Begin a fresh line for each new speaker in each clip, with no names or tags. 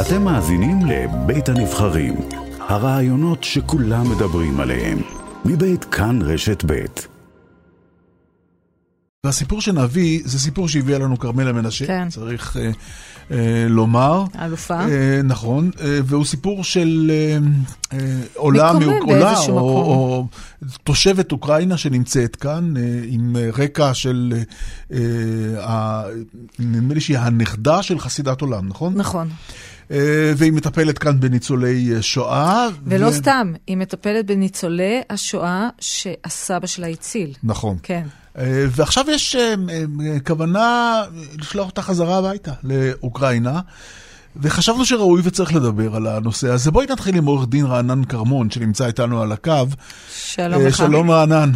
אתם מאזינים לבית הנבחרים, הרעיונות שכולם מדברים עליהם, מבית כאן רשת בית.
והסיפור שנביא, זה סיפור שהביאה לנו כרמלה מנשה,
כן.
צריך אה, אה, לומר.
האלופה.
אה, נכון, אה, והוא סיפור של אה, אה, עולה,
מתקומם
מאוק- עולה או,
באיזשהו מקום.
או תושבת אוקראינה שנמצאת כאן אה, עם אה, רקע של, אה, אה, נדמה לי שהיא הנכדה של חסידת עולם, נכון?
נכון.
אה, והיא מטפלת כאן בניצולי אה, שואה.
ולא
ו-
סתם, היא מטפלת בניצולי השואה שהסבא שלה הציל.
נכון.
כן.
אה, ועכשיו יש אה, אה, כוונה לשלוח אותה חזרה הביתה, לאוקראינה, וחשבנו שראוי וצריך לדבר על הנושא הזה. בואי נתחיל עם עורך דין רענן כרמון, שנמצא איתנו על הקו.
שלום
אה,
לך.
שלום רענן,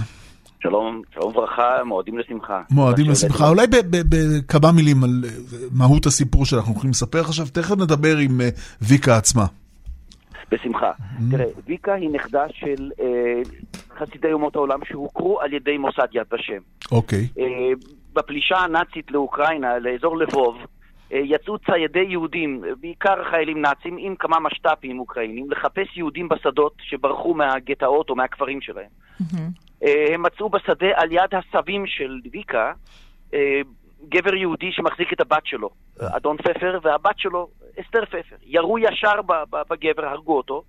שלום, שלום וברכה, מועדים לשמחה.
מועדים
אתה שואל
לשמחה.
את
אולי ב- ב- בכמה מילים על אה, מהות הסיפור שאנחנו הולכים לספר עכשיו, תכף נדבר עם אה, ויקה עצמה.
זה. בשמחה.
Mm-hmm.
תראה, ויקה היא נכדה של אה, חסידי אומות העולם שהוכרו על ידי מוסד יד ושם.
אוקיי.
אה, בפלישה הנאצית לאוקראינה, לאזור לבוב, אה, יצאו ציידי יהודים, אה, בעיקר חיילים נאצים, עם כמה משת"פים אוקראינים, לחפש יהודים בשדות שברחו מהגטאות או מהכפרים שלהם. אה, הם מצאו בשדה על יד הסבים של ויקה אה, גבר יהודי שמחזיק את הבת שלו,
אה.
אדון פפר, והבת שלו, אסתר פפר. ירו ישר ב- ב- בגבר, הרגו אותו,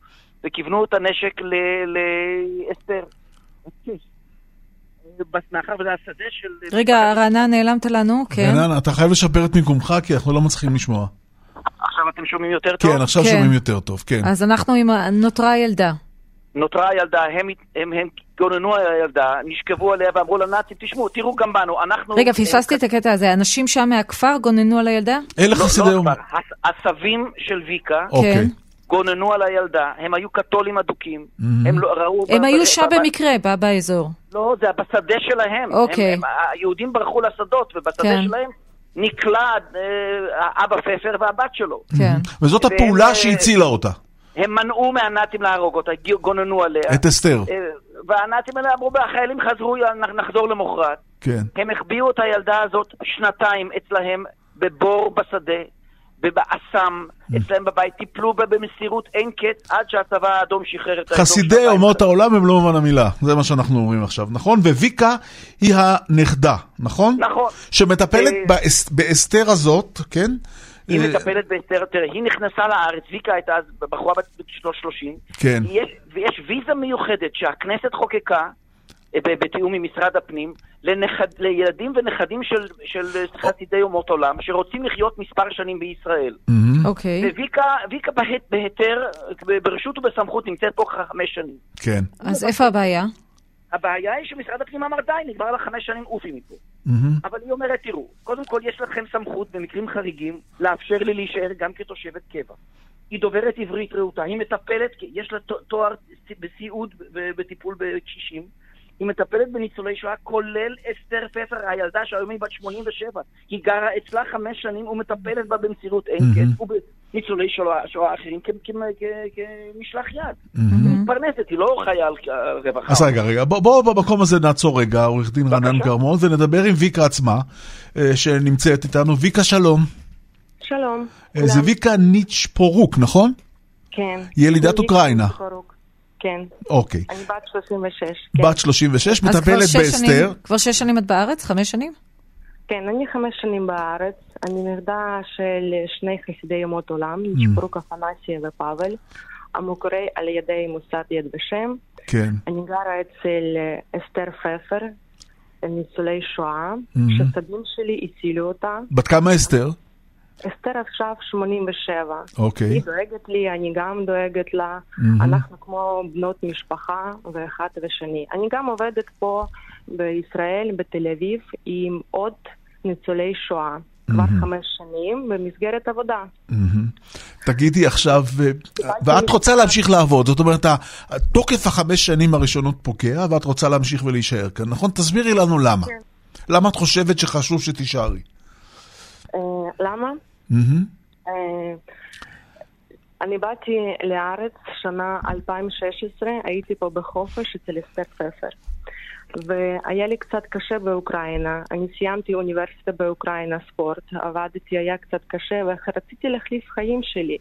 וכיוונו את הנשק ל- לאסתר. מאחר וזה השדה של...
רגע, רענן, נעלמת לנו? כן.
רענן, אתה חייב לשפר את מיקומך, כי אנחנו לא מצליחים לשמוע.
עכשיו אתם שומעים יותר טוב?
כן, עכשיו
כן.
שומעים יותר טוב, כן.
אז אנחנו עם... ה- נותרה הילדה.
נותרה הילדה, הם, הם, הם גוננו על הילדה, נשכבו עליה ואמרו לנאצים, תשמעו, תראו גם בנו, אנחנו...
רגע, פספסתי את הקטע הזה. אנשים שם מהכפר גוננו על הילדה?
אלה
לא,
חסידי
לא
אומות.
כבר, הס- הסבים של ויקה
אוקיי.
כן.
גוננו על הילדה, הם היו קתולים אדוקים, הם לא ראו...
הם
ב-
היו
ב-
שם
ב-
במקרה, ב- באזור.
לא, זה בשדה שלהם.
אוקיי.
הם, הם, היהודים ברחו לשדות, ובשדה
כן.
שלהם נקלע אה, האבא פפר והבת שלו.
כן.
וזאת
והם,
הפעולה
אה,
שהצילה אותה,
הם מנעו מהנאצים להרוג אותה, גי- גוננו עליה.
את אסתר.
אה, והנאצים האלה אמרו, החיילים חזרו, נ- נחזור למחרת.
כן.
הם החביאו את הילדה הזאת שנתיים אצלהם בבור בשדה, ובאסם, אצלהם בבית, טיפלו בה במסירות אין קץ עד שהצבא האדום שחרר את האזור
חסידי
שלהם.
אומות העולם הם לא מובן המילה, זה מה שאנחנו אומרים עכשיו, נכון? וויקה היא הנכדה, נכון?
נכון.
שמטפלת
אה,
באס- באסתר הזאת, כן?
היא
אה,
מטפלת באסתר, תראה, היא נכנסה לארץ, ויקה הייתה אז בחורה בת שנות 30.
כן.
יש, ויש ויזה מיוחדת שהכנסת חוקקה, אה, ב- בתיאום עם משרד הפנים, לנכד, לילדים ונכדים של, של אה, חסידי אומות עולם, שרוצים לחיות מספר שנים בישראל.
מהמם,
אוקיי.
וויקה ויקה בהת- בהיתר, ב- ברשות ובסמכות, נמצאת פה כבר חמש שנים.
כן.
אז איפה הבעיה?
הבעיה היא שמשרד הפנים אמר די, נגמר לך חמש שנים, עופי מפה.
מהמם,
אבל היא אומרת, תראו, קודם כל יש לכם סמכות במקרים חריגים לאפשר לי להישאר גם כתושבת קבע. היא דוברת עברית רהוטה, היא מטפלת, יש לה ת- תואר בסיעוד ובטיפול בקשישים. היא מטפלת בניצולי שואה, כולל אסתר פפר, הילדה שהיום היא בת 87. היא גרה אצלה חמש שנים ומטפלת בה במסירות אין
מהמם.
קץ, ובניצולי שואה שואה אחרים כ- כ- כ- כמשלח יד.
מהמם.
היא מתפרנסת, היא לא חייל אה, רווחה.
אז רגע, רגע, בוא- בואו במקום הזה נעצור רגע, עורך דין רענן
בבקשה.
כרמון, ונדבר עם ויקה עצמה, אה, שנמצאת איתנו. ויקה, שלום.
שלום.
אה, זה
כולם.
ויקה ניצ'פורוק, נכון?
כן.
ילידת
אני
אוקראינה.
מקורוק. כן,
אוקיי.
אני בת 36. כן,
בת 36,
אז כבר
מטפלת
שש
באסתר.
שנים- כבר שש שנים את בארץ? חמש שנים?
כן, אני חמש שנים בארץ. אני נכדה של שני חסידי אומות עולם,
Mm.
נשפרוק אפנסיה ופאבל, המוכרי על ידי מוסד יד ושם.
כן.
אני גרה אצל אה, אסתר פפר, ניצולי שואה,
Mm-hmm.
שסבים שלי הצילו אותה.
בת כמה אסתר?
אסתר עכשיו 87.
אוקיי.
היא דואגת לי, אני גם דואגת לה. אנחנו כמו בנות משפחה ואחת ושני. אני גם עובדת פה בישראל, בתל אביב, עם עוד ניצולי שואה. כבר חמש שנים במסגרת עבודה.
מהמם. תגידי עכשיו, ו- ואת רוצה להמשיך לעבוד, זאת אומרת, תוקף החמש שנים הראשונות פוקע, ואת רוצה להמשיך ולהישאר כאן, נכון? תסבירי לנו למה.
כן.
למה את חושבת שחשוב שתישארי?
אה, למה?
מהמם.
אה, אני באתי לארץ שנה 2016, הייתי פה בחופש אצל אסתר פפר. והיה לי קצת קשה באוקראינה. אני סיימתי אוניברסיטה באוקראינה, ספורט, עבדתי, היה קצת קשה, ורציתי להחליף חיים שלי.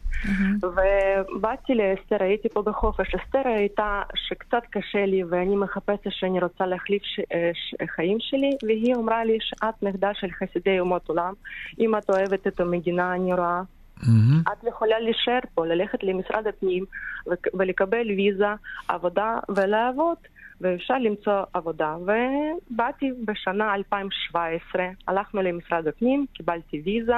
ובאתי לאסתר, הייתי פה בחופש. אסתר הייתה שקצת קשה לי, ואני מחפשת שאני רוצה להחליף ש... אה, ש... חיים שלי, והיא אמרה לי שאת נכדה של חסידי אומות עולם, אם את אוהבת את המדינה הנראה.
מהמם.
את יכולה להישאר פה, ללכת למשרד הפנים ו- ולקבל ויזה, עבודה ולעבוד, ואפשר למצוא עבודה. ובאתי בשנה 2017, הלכנו למשרד הפנים, קיבלתי ויזה,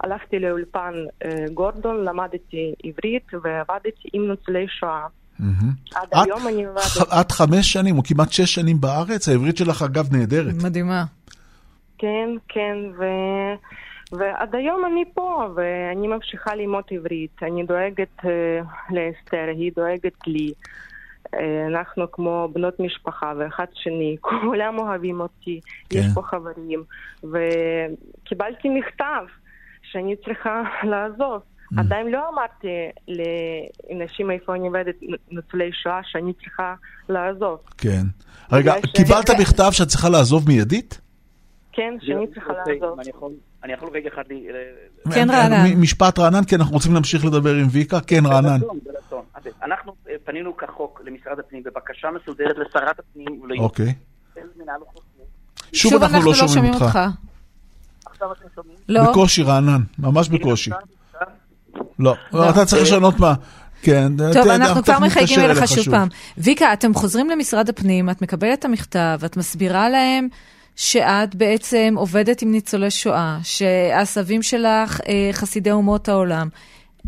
הלכתי לאולפן אה, גורדון, למדתי עברית ועבדתי עם ניצולי שואה.
מהמם.
עד
את-
היום אני עבדתי,
ח- את חמש שנים, או כמעט שש שנים בארץ, העברית שלך אגב נהדרת.
מדהימה.
כן, כן, ו... ועד היום אני פה, ואני ממשיכה ללמוד עברית. אני דואגת uh, לאסתר, היא דואגת לי. אה, אנחנו כמו בנות משפחה ואחד שני, כולם אוהבים אותי,
כן.
כן. יש פה חברים. וקיבלתי מכתב שאני צריכה לעזוב.
Mm.
עדיין לא אמרתי לאנשים איפה אני עובדת, ניצולי שואה, שאני צריכה לעזוב.
כן. רגע,
בגלל ש-
קיבלת מכתב שאת צריכה לעזוב מיידית?
כן, שאני צריכה
רוצה,
לעזוב.
אם אוקיי, אני יכול- אני יכול רגע אחד... ל- ל-
כן,
אה,
רענן.
מ- משפט רענן, כי אנחנו רוצים להמשיך לדבר עם ויקה. כן, רענן.
לא.
ברצון, ברצון. אז אנחנו אה, פנינו כחוק למשרד הפנים בבקשה מסודרת לשרת הפנים וליועץ
אוקיי.
מנהל האוכלוסין.
שוב אנחנו לא שומעים אותך.
עכשיו אתם שומעים?
לא,
בקושי, רענן. ממש בקושי. לא.
לא.
אתה צריך לשנות מה... כן.
טוב,
אתה-
אנחנו
תכף
כבר מחייגים
נתקשר
אליך שוב פעם. ויקה, אתם חוזרים למשרד הפנים, את מקבלת את המכתב, את מסבירה להם שאת בעצם עובדת עם ניצולי שואה, שהסבים שלך אה, חסידי אומות העולם.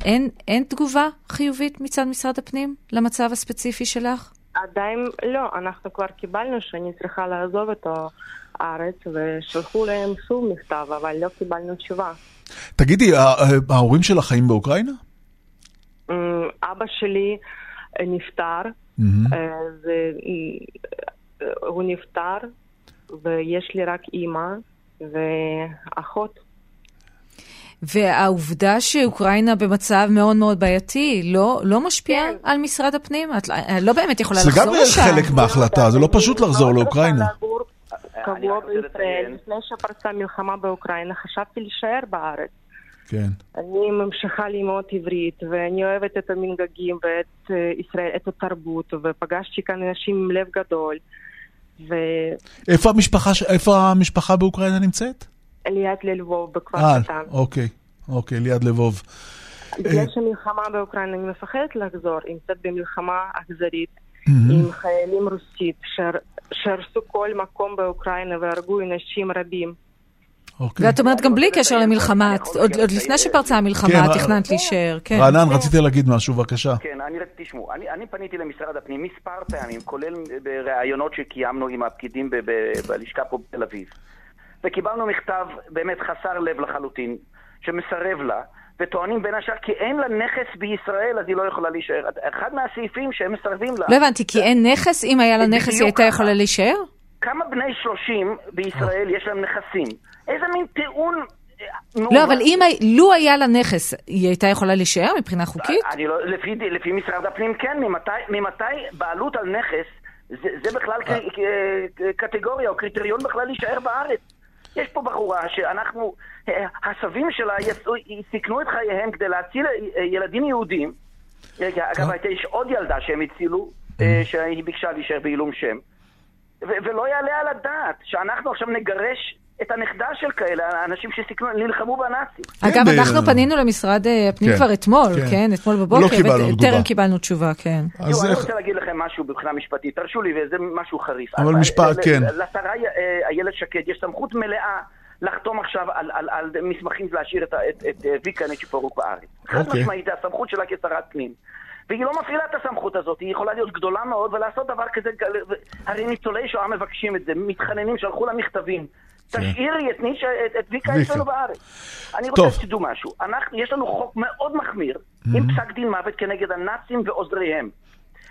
אין, אין תגובה חיובית מצד משרד הפנים למצב הספציפי שלך?
עדיין לא, אנחנו כבר קיבלנו שאני צריכה לעזוב את הארץ ושלחו להם שוב מכתב, אבל לא קיבלנו תשובה.
תגידי, ה- ה- ההורים שלך חיים באוקראינה?
אמ, אבא שלי אה, נפטר,
מהמם.
אה, זה, אה, הוא נפטר ויש לי רק אימא ואחות.
והעובדה שאוקראינה במצב מאוד מאוד בעייתי, לא, לא משפיעה
כן.
על משרד הפנים? את אה, לא באמת יכולה
זה גם
לחזור לשם.
חלק מההחלטה, זה לא פשוט לחזור
מאוד
לאוקראינה.
רוצה לגור
אה, אני
קבוע
רק רוצה
בישראל.
לציין.
לפני שפרצה מלחמה באוקראינה חשבתי להישאר בארץ.
כן.
אני ממשיכה ללמוד עברית, ואני אוהבת את המנגגים ואת אה, ישראל, את התרבות, ופגשתי כאן אנשים עם לב גדול, וליד
איפה המשפחה ש- איפה המשפחה באוקראינה נמצאת?
ללבוב, בכפר
אה,
קטן.
אוקיי. אוקיי, ליד לבוב.
בגלל שמלחמה באוקראינה, אני מפחדת לחזור, היא נמצאת במלחמה אכזרית,
מהמם.
עם חיילים רוסית, שהר- שהרסו כל מקום באוקראינה והרגו אנשים רבים.
אוקיי.
ואת אומרת, גם בלי קשר למלחמה,
אני
את-
יכול
עוד
גם
עוד
לציין-
לפני שפרצה המלחמה,
כן,
את
רע-
תכננת להישאר, כן.
רענן, רצית להגיד משהו, בבקשה.
כן, אני, תשמעו, אני, אני פניתי למשרד הפנים מספר פעמים, כולל בראיונות שקיימנו עם הפקידים ב, ב, בלשכה פה בתל אביב. וקיבלנו מכתב באמת חסר לב לחלוטין, שמסרב לה, וטוענים בין השאר כי אין לה נכס בישראל, אז היא לא יכולה להישאר. אחד מהסעיפים שהם מסרבים לה,
לא הבנתי, כי אין נכס? אם היה לה נכס היא
בדיוק
הייתה
ככה.
יכולה להישאר?
כמה בני 30 בישראל יש להם נכסים? איזה מין טיעון... אה, מעוות.
לא, אבל אם, הי- לו היה לה נכס, היא הייתה יכולה להישאר מבחינה חוקית?
אני לא, לפי, לפי משרד הפנים כן, ממתי, ממתי בעלות על נכס זה, זה בכלל ק, ק, קטגוריה או קריטריון בכלל להישאר בארץ. יש פה בחורה שאנחנו, אה, הסבים שלה יצאו, סיכנו את חייהם כדי להציל אה, ילדים יהודים. רגע, אגב, הייתה יש עוד ילדה שהם הצילו, אה, שהיא ביקשה להישאר בעילום שם. ו- ולא יעלה על הדעת שאנחנו עכשיו נגרש את הנכדה של כאלה, האנשים שסיכנו, נלחמו בנאצים.
אגב,
כן, ב-
אנחנו פנינו למשרד אה, הפנים
כן,
כבר
כן.
אתמול, כן? אתמול
לא
בבוקר,
קיבלנו
וט-
תגובה.
טרם קיבלנו תשובה, כן.
אז
תראו, לא, אני
איך...
רוצה להגיד לכם משהו מבחינה משפטית, תרשו לי, וזה משהו חריף.
אבל
אה,
משפט,
ל-
כן.
ל- לשרה אה, איילת שקד יש סמכות מלאה לחתום עכשיו על- על- על מסמכים ולהשאיר את ה- את- את, אה, ויקה נצ'יפורוק בארץ. חד
אוקיי.
משמעית, זה הסמכות שלה כשרת פנים. והיא לא מפעילה את הסמכות הזאת, היא יכולה להיות גדולה מאוד ולעשות דבר כזה, ג- ו- הרי ניצולי שואה מבקשים את זה, מתחננים, שלחו לה מכתבים. תשאירי את נישה, את- את ויקה
כן. ויקה.
אצלנו בארץ. אני
טוב. Mm-hmm.
רוצה שתדעו משהו, אנחנו, יש לנו חוק מאוד מחמיר, עם פסק דין מוות כנגד הנאצים ועוזריהם.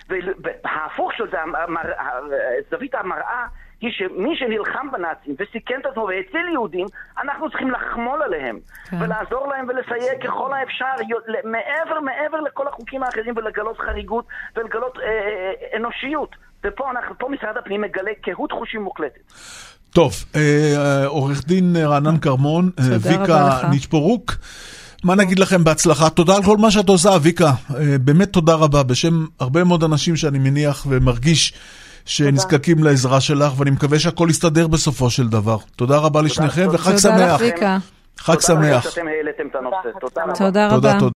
וההפוך של זה, המר... זווית המראה, היא שמי שנלחם בנאצים וסיכן את עצמו והציל יהודים, אנחנו צריכים לחמול עליהם.
כן.
כן. ולעזור להם ולסייע ככל האפשר, יו- ל- מעבר, מעבר לכל החוקים האחרים, ולגלות חריגות ולגלות אה, אה, אנושיות. ופה אנחנו, פה משרד הפנים מגלה קהות חושים מוחלטת.
טוב, אה, עורך דין רענן כרמון, אה,
תודה רבה
ויקה
לך.
ניצ'פורוק, מה נגיד לכם בהצלחה? תודה על כל מה שאת עושה, ויקה. אה, באמת תודה רבה, בשם הרבה מאוד אנשים שאני מניח ומרגיש שנזקקים לעזרה שלך, ואני מקווה שהכל יסתדר בסופו של דבר. תודה רבה לשניכם, וחג
תודה לך,
שמח.
ריקה.
חג
תודה לכם
שמח.
שאתם העליתם את הנושא.
תודה,
תודה רבה.
תודה רבה.
תודה, תודה.